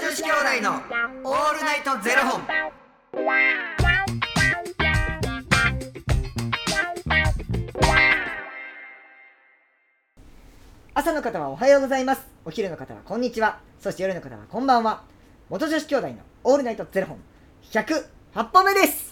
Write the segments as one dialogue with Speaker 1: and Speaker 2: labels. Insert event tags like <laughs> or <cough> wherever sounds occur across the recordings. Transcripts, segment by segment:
Speaker 1: 子兄弟のオールナイトゼロ本。
Speaker 2: 朝の方はおはようございますお昼の方はこんにちはそして夜の方はこんばんは元女子兄弟のオールナイトゼロ本108本目です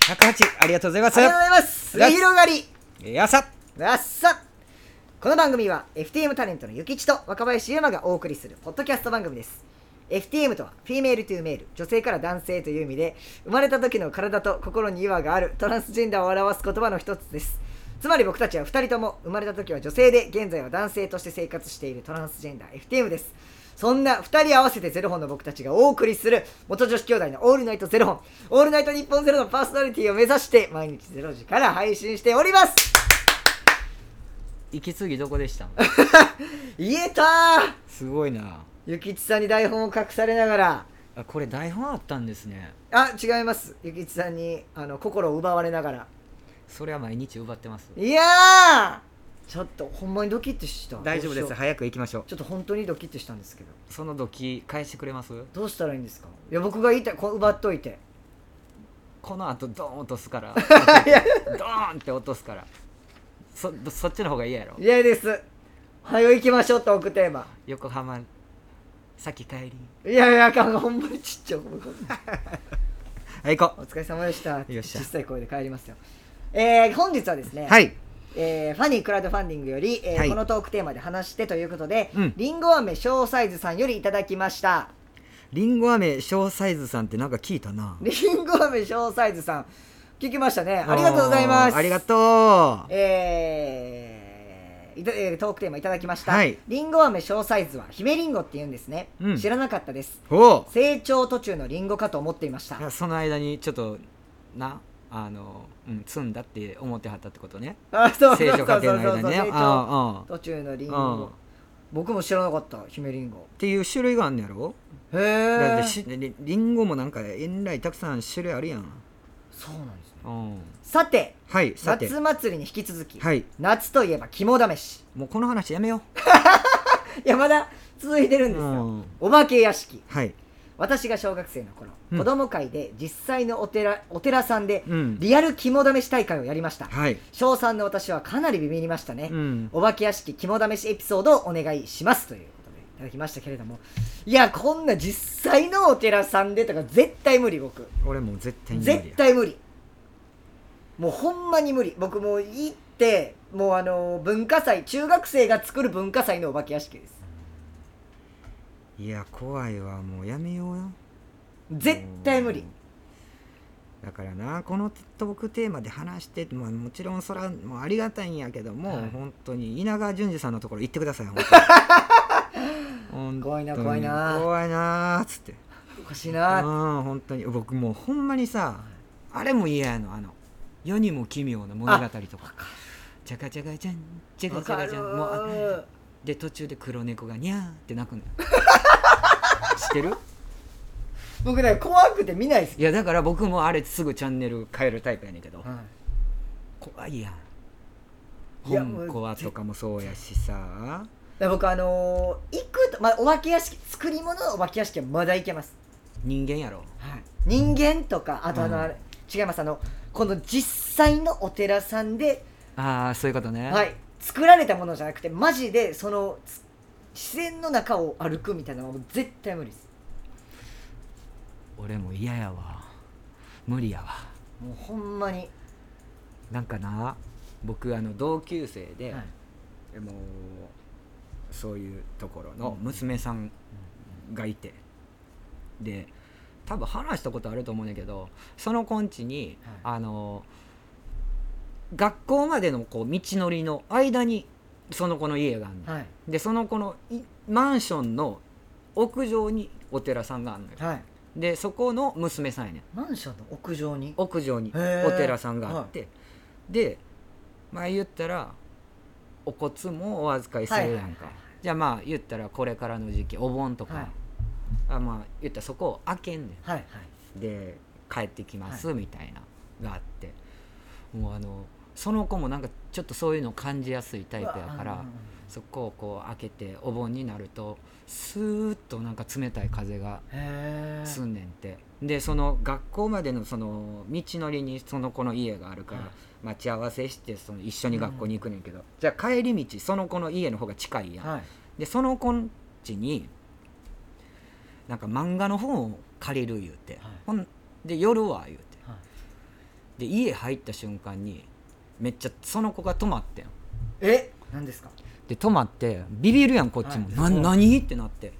Speaker 3: 108ありがとうございま
Speaker 2: あ
Speaker 3: す
Speaker 2: りがとうございます末広がり
Speaker 3: え朝
Speaker 2: わっさこの番組は FTM タレントのゆきちと若林優馬がお送りするポッドキャスト番組です FTM とはフィメールトゥーメール女性から男性という意味で生まれた時の体と心に違和があるトランスジェンダーを表す言葉の一つですつまり僕たちは2人とも生まれた時は女性で現在は男性として生活しているトランスジェンダー FTM ですそんな2人合わせてゼロ本の僕たちがお送りする元女子兄弟のオールナイトゼロ本オールナイト日本ゼロのパーソナリティを目指して毎日ゼロ時から配信しております
Speaker 3: 息継ぎどこでした
Speaker 2: 言えたー
Speaker 3: すごいな
Speaker 2: ゆきちさんに台本を隠されながら
Speaker 3: あこれ台本あったんですね
Speaker 2: あ違いますゆきちさんにあの心を奪われながら
Speaker 3: それは毎日奪ってます
Speaker 2: いやーちょっとほんまにドキッとした
Speaker 3: 大丈夫で
Speaker 2: どうし
Speaker 3: す
Speaker 2: よ
Speaker 3: 早く行きましょう
Speaker 2: うちょっと本当にドキッとしたんですけど
Speaker 3: その時返してくれます
Speaker 2: どうしたらいいんですかいや僕が言いたいこう奪っといて
Speaker 3: この後ドーン落とすから <laughs> ドーンって落とすからそそっちの方が嫌やろ
Speaker 2: 嫌ですはよ行きましょうトークテーマ
Speaker 3: 横浜先帰り
Speaker 2: いやいやかんほんまにちっちゃい
Speaker 3: はい行こ
Speaker 2: お疲れ様でした
Speaker 3: よっしゃ
Speaker 2: 小さい声で帰りますよえー、本日はですね
Speaker 3: うはい
Speaker 2: えーファニークラウドファンディングより、えー
Speaker 3: はい
Speaker 2: このトークテーマで話してということで、
Speaker 3: うん
Speaker 2: りんご飴小サイズさんよりいただきました
Speaker 3: りんご飴小サイズさんってなんか聞いたな
Speaker 2: りんご飴小サイズさん聞きましたねありがとうございます
Speaker 3: ありがとう
Speaker 2: えーいたえートークテーマいただきました、
Speaker 3: はい
Speaker 2: りんご飴小サイズは姫りんごって言うんですね、
Speaker 3: うん
Speaker 2: 知らなかったです
Speaker 3: おう
Speaker 2: 成長途中のりんごかと思っていました
Speaker 3: いやその間にちょっとなあの、うん、積んだって思ってはったってことね
Speaker 2: <laughs> あそう
Speaker 3: 成長過程の
Speaker 2: そうそうそ
Speaker 3: 間
Speaker 2: う
Speaker 3: ね
Speaker 2: 成長
Speaker 3: ああああ
Speaker 2: 途中のりん
Speaker 3: うん
Speaker 2: ご僕も知らなかった姫りんご
Speaker 3: っていう種類があんのやろ
Speaker 2: へ
Speaker 3: だっ
Speaker 2: え
Speaker 3: てしりりんごもなんかえんらいたくさん種類あるやん、
Speaker 2: そうなんですね
Speaker 3: うん、
Speaker 2: さて
Speaker 3: はいさて
Speaker 2: 夏祭りに引き続き、
Speaker 3: はい
Speaker 2: 夏といえば肝試し
Speaker 3: もうこの話やめよ
Speaker 2: いやまだ続いてる
Speaker 3: う、
Speaker 2: んですよ、
Speaker 3: うん、
Speaker 2: お化け屋敷
Speaker 3: はい
Speaker 2: 私が小学生の頃、
Speaker 3: うん
Speaker 2: 子供会で実際のお寺お寺さんで、
Speaker 3: うん
Speaker 2: リアル肝試し大会をやりました、
Speaker 3: はい
Speaker 2: 小3の私はかなりビビりましたね、
Speaker 3: うん
Speaker 2: お化け屋敷肝試しエピソードをお願いしますということでいただきましたけれどもいやこんな実際のお寺さんでとか絶対無理僕
Speaker 3: 俺もう絶対に無理や
Speaker 2: 絶対無理もうほんまに無理僕もう行ってもうあの文化祭中学生が作る文化祭のお化け屋敷です
Speaker 3: いや怖いわもうやめようよ
Speaker 2: 絶対無理
Speaker 3: だからなこのトークテーマで話して、まあ、もちろんそれはもうありがたいんやけども、
Speaker 2: はい
Speaker 3: 本当に稲川淳二さんのところ行ってください本
Speaker 2: <laughs>
Speaker 3: 当に本当に
Speaker 2: 怖いな怖いな
Speaker 3: 怖いなっつって
Speaker 2: おかしい
Speaker 3: うん
Speaker 2: な
Speaker 3: 本当に僕もうほんまにさあれも嫌やのあの世にも奇妙な物語とか「ちゃかちゃかちゃんちゃか
Speaker 2: わ
Speaker 3: ち
Speaker 2: か
Speaker 3: ゃか
Speaker 2: る
Speaker 3: ちゃん」もうあで途中で黒猫が「にゃー」って鳴くの
Speaker 2: <laughs>
Speaker 3: 知ってる
Speaker 2: 僕ね怖くて見ないです
Speaker 3: いやだから僕もあれすぐチャンネル変えるタイプやねんけど、怖いやん
Speaker 2: いや
Speaker 3: 本コアとかもそうやしさ
Speaker 2: だから僕あのー行くと、まあ、お化け屋敷作り物のお化け屋敷はまだ行けます、
Speaker 3: 人間やろ
Speaker 2: 人間とかあとあの、
Speaker 3: うん
Speaker 2: あれ違いますあのこの実際のお寺さんで
Speaker 3: ああそういうことね
Speaker 2: はい、作られたものじゃなくてマジでそのつ自然の中を歩くみたいなのはもう絶対無理です
Speaker 3: 俺も嫌やわ無理やわ
Speaker 2: もうほんまに、
Speaker 3: なんかな僕あの同級生で、
Speaker 2: はい
Speaker 3: もうそういうところの娘さんがいて、で多分話したことあると思うんだけどその子んちに、あの学校までのこう道のりの間にその子の家があるの、
Speaker 2: はい
Speaker 3: でその子のいマンションの屋上にお寺さんがあるのよ
Speaker 2: はい、
Speaker 3: でそこの娘さんやねん
Speaker 2: マンションの屋上に
Speaker 3: 屋上に
Speaker 2: へー
Speaker 3: お寺さんがあって、で前言ったらお骨もお預かりするやん
Speaker 2: は
Speaker 3: か、
Speaker 2: いはいはいはい
Speaker 3: じゃあまあ言ったらこれからの時期お盆とか、
Speaker 2: はい
Speaker 3: あまあ言ったらそこを開けんね
Speaker 2: はいはい
Speaker 3: んで帰ってきます
Speaker 2: は
Speaker 3: みたいながあって、もうあのその子もなんかちょっとそういうの感じやすいタイプやから
Speaker 2: うわ
Speaker 3: そこをこう開けてお盆になるとスーッとなんか冷たい風が
Speaker 2: へ
Speaker 3: すんねんってでその学校までのその道のりにその子の家があるか
Speaker 2: はい
Speaker 3: ら待ち合わせしてその一緒に学校に行くねんけど、じゃあ帰り道その子の家の方が近いやん、
Speaker 2: はい
Speaker 3: でその子ん家になんか漫画の本を借りる言うて、
Speaker 2: はい
Speaker 3: ほんで夜は言うて
Speaker 2: は
Speaker 3: で家入った瞬間にめっちゃその子が泊まってん
Speaker 2: え何ですか
Speaker 3: で泊まってビビるやんこっちも、
Speaker 2: はい
Speaker 3: な何ってなって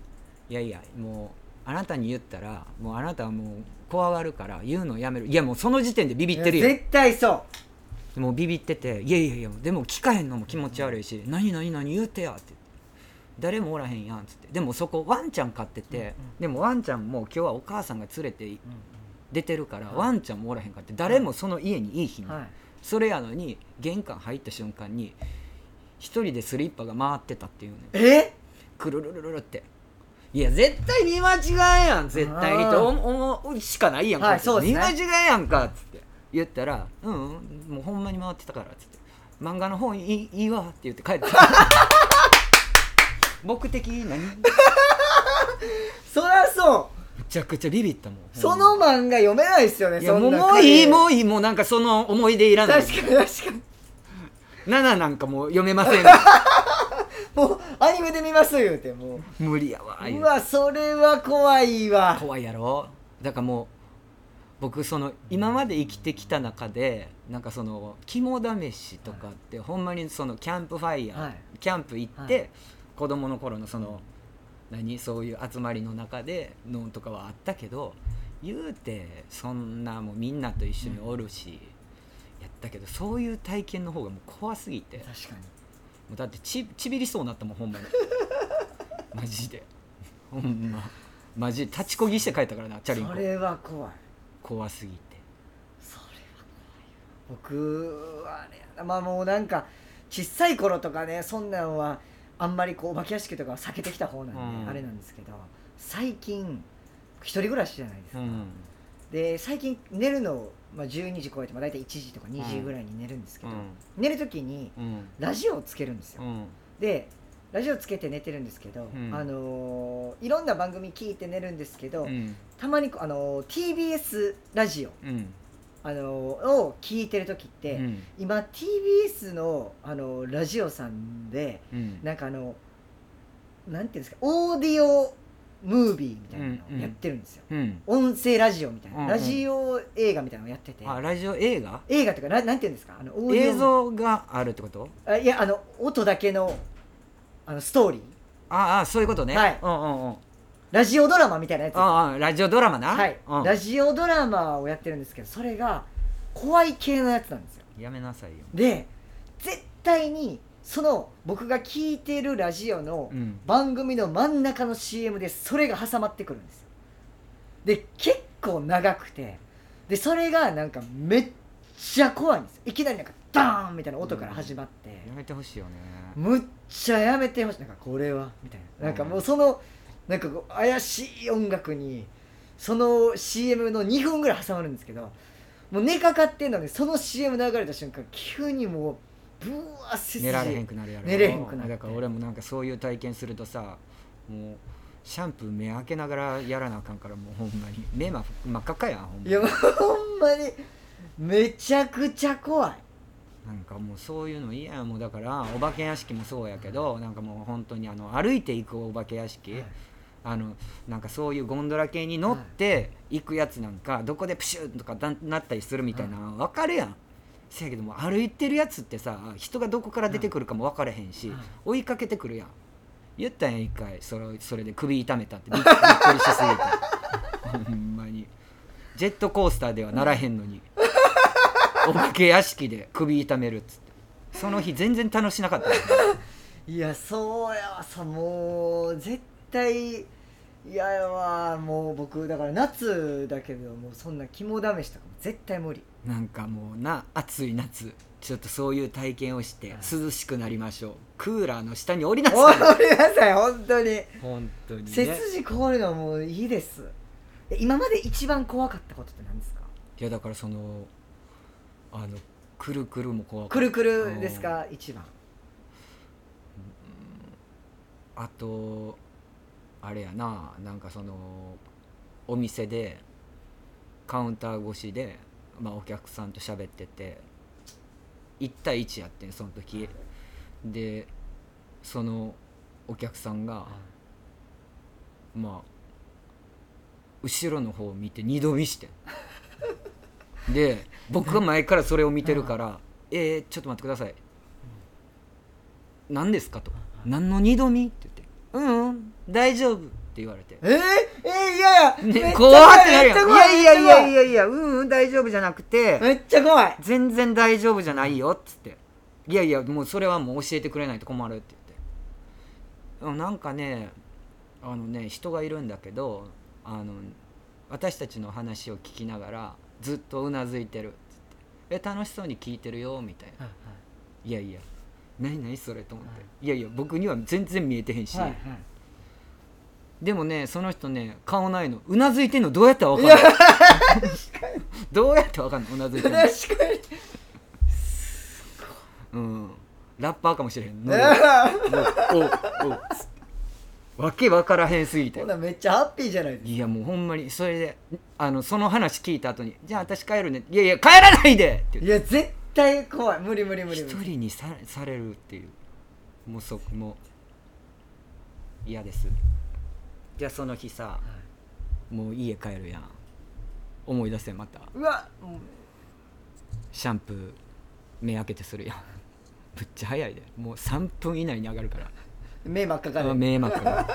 Speaker 3: いやいやもうあなたに言ったらもうあなたはもう怖がるから言うのやめるいやもうその時点でビビってる
Speaker 2: いや
Speaker 3: よ
Speaker 2: 絶対そう
Speaker 3: もうビビってていやいやいやでも聞かへんのも気持ち悪いし、何何何言うてやって誰もおらへんやんっつってでもそこワンちゃん飼ってて、でもワンちゃんも今日はお母さんが連れてい出てるから、ワンちゃんもおらへんかって誰もその家にいい日に、
Speaker 2: はい
Speaker 3: それやのに玄関入った瞬間に一人でスリッパが回ってたっていうね
Speaker 2: え
Speaker 3: くるるるるるっていや絶対見間違えやん絶対にと
Speaker 2: うん
Speaker 3: 思うしかないやんか、
Speaker 2: はいそうですね
Speaker 3: 見間違えやんかっつって言ったら「うん、うん、もうほんまに回ってたから」っつって「漫画の本いいいいわ」って言っ
Speaker 2: <laughs>
Speaker 3: て帰って目的何め
Speaker 2: そりゃそう
Speaker 3: ちゃくちゃビビったもん
Speaker 2: その漫画読めないですよね
Speaker 3: いや
Speaker 2: そ
Speaker 3: も
Speaker 2: ん
Speaker 3: う
Speaker 2: な
Speaker 3: もういいも
Speaker 2: う
Speaker 3: ういいもうなんかその思い出いらない
Speaker 2: 確かに確かに
Speaker 3: 7なんかもう読めません
Speaker 2: もうアニメで見ます言うてもう
Speaker 3: 無理やわ言う
Speaker 2: う
Speaker 3: て
Speaker 2: わそれは怖いわ
Speaker 3: 怖いやろだからもう僕その今まで生きてきた中でなんかその肝試しとかってほんまにそのキャンプファイヤー、
Speaker 2: はい
Speaker 3: キャンプ行っ
Speaker 2: は
Speaker 3: て子供の頃のその何そういう集まりの中でのとかはあったけど言うてそんなもうみんなと一緒におるし、やったけどそういう体験の方がもう怖すぎても
Speaker 2: 確かに
Speaker 3: うだってちちびりそうになったもんほ
Speaker 2: <laughs>
Speaker 3: んまにマジでほんまマジで立ちこぎして帰ったからなチャリンコ
Speaker 2: それは怖い
Speaker 3: 怖すぎて
Speaker 2: それは怖い僕はねまあもうなんか小さい頃とかねそんなんはあんまりこうお化け屋敷とかは避けてきた方なんで、
Speaker 3: うん
Speaker 2: あれなんですけど最近一人暮らしじゃないですか、
Speaker 3: ん
Speaker 2: で最近寝るのを、まあ、12時超えて、まあ、大体1時とか2時ぐらいに寝るんですけ
Speaker 3: う
Speaker 2: ど、
Speaker 3: ん
Speaker 2: 寝る時に
Speaker 3: うん
Speaker 2: ラジオをつけるんですよ、
Speaker 3: うん
Speaker 2: でラジオつけて寝てるんですけど、
Speaker 3: うん
Speaker 2: あのーいろんな番組聞いて寝るんですけど、
Speaker 3: うん
Speaker 2: たまにこう、あのー TBS ラジオ、
Speaker 3: うん
Speaker 2: あのーを聞いてる時って、
Speaker 3: うん
Speaker 2: 今 TBS の、あのーラジオさんで
Speaker 3: うん
Speaker 2: なんかあのなんていうんですかオーディオムービーみたいなのをやってるんですよ、
Speaker 3: うん
Speaker 2: 音声ラジオみたいな、
Speaker 3: うんうん
Speaker 2: ラジオ映画みたいなのをやってて、
Speaker 3: あラジオ映画
Speaker 2: 映画とかななんていうんですかあのオーディオ
Speaker 3: 映像があるってこと
Speaker 2: あいやあの音だけのあのストーリー
Speaker 3: ああそういうことね
Speaker 2: はい
Speaker 3: うんうんうん
Speaker 2: ラジオドラマみたいなやつ
Speaker 3: ああラジオドラマな
Speaker 2: はい、
Speaker 3: うん
Speaker 2: ラジオドラマをやってるんですけどそれが怖い系のやつなんですよ
Speaker 3: やめなさいよ
Speaker 2: で絶対にその僕が聞いてるラジオの
Speaker 3: うん
Speaker 2: 番組の真ん中の CM でそれが挟まってくるんですよで結構長くてでそれがなんかめっちゃ怖いんですよいきなりなんかダーンみたいな音から始まって、
Speaker 3: やめてほしいよね
Speaker 2: むっちゃやめてほしいなんかこれはみたいななんかもうそのなんかこう怪しい音楽にその CM の2分ぐらい挟まるんですけどもう寝かかってんのにその CM 流れた瞬間急にもうブワー背筋
Speaker 3: 寝られへんくなるやろ
Speaker 2: 寝れへんくなる
Speaker 3: だから俺もなんかそういう体験するとさもうシャンプー目開けながらやらなあかんからもうほんまに目真真っ赤かやんほん
Speaker 2: い
Speaker 3: まに
Speaker 2: やもうほんまにめちゃくちゃ怖い
Speaker 3: なんかもうそういうの嫌やもうだからお化け屋敷もそうやけどなんかもう本当にあの歩いていくお化け屋敷、
Speaker 2: はい
Speaker 3: あのなんかそういうゴンドラ系に乗って行くやつなんかどこでプシュッとかだなったりするみたいな分かるやんせやけども歩いてるやつってさ人がどこから出てくるかも分からへんし
Speaker 2: はい
Speaker 3: 追いかけてくるやん言ったんや一回それそれで首痛めたってびっ <laughs> びっくりしすぎてほ <laughs> んまにジェットコースターではならへんの
Speaker 2: <laughs>
Speaker 3: に。お化け屋敷で首痛めるっつってその日全然楽しなかったよね
Speaker 2: いやそうやわさもう絶対嫌やわもう僕だから夏だけどもうそんな肝試しとかも絶対無理
Speaker 3: なんかもうな暑い夏ちょっとそういう体験をし
Speaker 2: は
Speaker 3: て
Speaker 2: い
Speaker 3: 涼しくなりましょうクーラーの下に降りな
Speaker 2: おい
Speaker 3: さい
Speaker 2: ごめんなさい本当に
Speaker 3: 本当に
Speaker 2: 背
Speaker 3: ね
Speaker 2: 筋凍るのはもういいですえ今まで一番怖かったことって何ですか
Speaker 3: いやだからそのあのくるくるも怖か
Speaker 2: く
Speaker 3: った
Speaker 2: るくるですか一番
Speaker 3: あとあれやななんかそのお店でカウンター越しで、まあ、お客さんと喋ってて1対1やってんその時でそのお客さんが、まあ後ろの方を見て二度見してんで僕が前からそれを見てるから「えー、ちょっと待ってください」何ですかと「何の二度見?」って言って「うん、うん、大丈夫」って言われて
Speaker 2: えー、えー、いやいや、
Speaker 3: ね
Speaker 2: めっちゃ
Speaker 3: 怖
Speaker 2: 怖
Speaker 3: ってないる
Speaker 2: めっちゃ
Speaker 3: やんい
Speaker 2: 怖
Speaker 3: や
Speaker 2: い
Speaker 3: いやいやいやいやうんうん大丈夫じゃなくて
Speaker 2: めっちゃ怖い
Speaker 3: 全然大丈夫じゃないよっつって「いやいやもうそれはもう教えてくれないと困る」って言ってうんなんかねあのね人がいるんだけどあの私たちの話を聞きながらずっとうなずいてるっつって「え楽しそうに聞いてるよ」みたいな「いやいや何何それ」と思って「いやいや僕には全然見えてへんし、でもねその人ね顔ないのうなずいてんのどうやったらわかんない <laughs> どうやったらわかんないうなずいてんの
Speaker 2: 確かに
Speaker 3: うん、ラッパーかもしれへん。
Speaker 2: ね
Speaker 3: わけわからへんすぎ
Speaker 2: え
Speaker 3: て
Speaker 2: ほ。なめっちゃハッピーじゃないです
Speaker 3: いやもうほんまにそれであのその話聞いた後に「じゃあ私帰るね」「いやいや帰らないで!」って
Speaker 2: かい
Speaker 3: 言って
Speaker 2: や絶対怖い無理無理無理
Speaker 3: 一
Speaker 2: 無理
Speaker 3: 人にさされるっていうもうそこも嫌ですじゃあその日さ、もう家帰るやん思い出せまた
Speaker 2: うわもう
Speaker 3: シャンプー目開けてするやん <laughs> ぶっちゃ早いでもう3分以内に上がるから
Speaker 2: 目真っ赤か
Speaker 3: あ
Speaker 2: で
Speaker 3: 迷惑が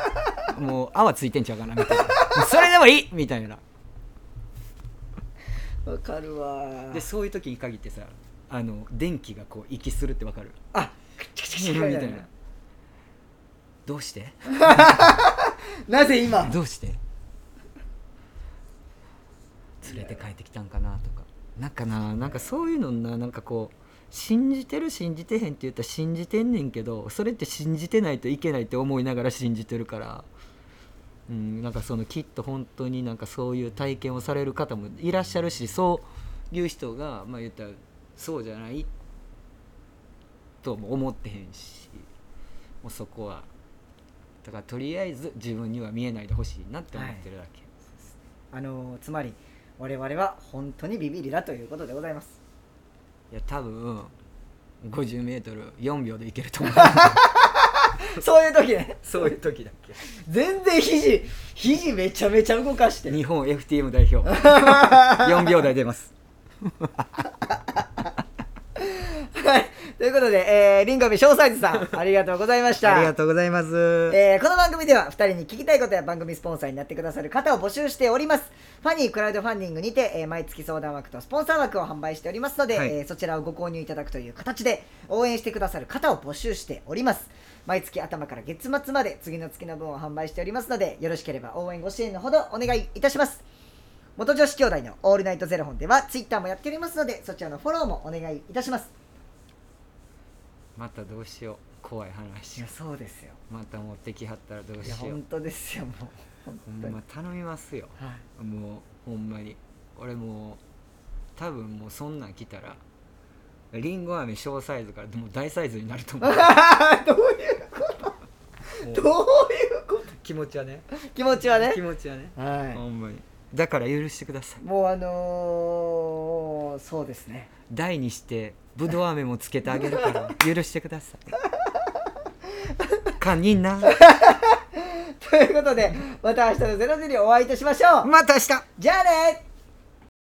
Speaker 3: もう泡ついてんちゃうかなみたいなもうそれでもいいみたいな
Speaker 2: わかるわ
Speaker 3: でそういう時に限ってさあの電気がこう息するってわかる
Speaker 2: あクチクチクチ
Speaker 3: み
Speaker 2: ク
Speaker 3: た
Speaker 2: み
Speaker 3: い
Speaker 2: たい
Speaker 3: などうして
Speaker 2: ななぜ今
Speaker 3: どうして連れて帰ってきたんかなとかなんかななんかそういうのななんかこう信じてる信じてへんって言ったら信じてんねんけどそれって信じてないといけないって思いながら信じてるから、うん、なんかそのきっと本当になんかそういう体験をされる方もいらっしゃるしそういう人がまあ言ったらそうじゃないとも思ってへんしもうそこはだからとりあえず自分には見えないでほしいなって思ってるだけ、
Speaker 2: あのーつまり我々は本当にビビリだということでございます <laughs>
Speaker 3: い、や多分 50m4 秒でいけると思う
Speaker 2: そういう時ね
Speaker 3: そういう時だっけ
Speaker 2: 全然肘肘めちゃめちゃ動かして <laughs>
Speaker 3: 日本 FTM 代表 <laughs> 4秒台出ます
Speaker 2: はいということで、えー、リンゴビ小サイズさんありがとうございました
Speaker 3: ありがとうございます、
Speaker 2: えーこの番組では2人に聞きたいことや番組スポンサーになってくださる方を募集しておりますファニークラウドファンディングにて、えー毎月相談枠とスポンサー枠を販売しておりますので、
Speaker 3: はい
Speaker 2: えーそちらをご購入いただくという形で応援してくださる方を募集しております毎月頭から月末まで次の月の分を販売しておりますのでよろしければ応援ご支援のほどお願いいたします元女子兄弟の「オールナイトゼロ本」ではツイッターもやっておりますのでそちらのフォローもお願いいたします
Speaker 3: またどうしよう怖い話
Speaker 2: そうですよ
Speaker 3: また持ってきはったらどう
Speaker 2: いや
Speaker 3: しよう
Speaker 2: 本当ですよもう本
Speaker 3: ほん
Speaker 2: 当に、
Speaker 3: ま頼みますよ
Speaker 2: はい
Speaker 3: もうほんまに俺もう多分もうそんなん来たらりんご飴小サイズからもう大サイズになると思う
Speaker 2: <laughs> どういうことどういうこ
Speaker 3: 気持ちはね
Speaker 2: と気持ちはね
Speaker 3: 気持ちはね、ほ
Speaker 2: は
Speaker 3: んまにだから許してください
Speaker 2: いもうあのー、そうですね
Speaker 3: 台にしてぶどう飴もつけてあげるから許してくださいカニな
Speaker 2: ということでまた明日の『ゼロゼロにお会いいたしましょう
Speaker 3: また明日
Speaker 2: じゃあね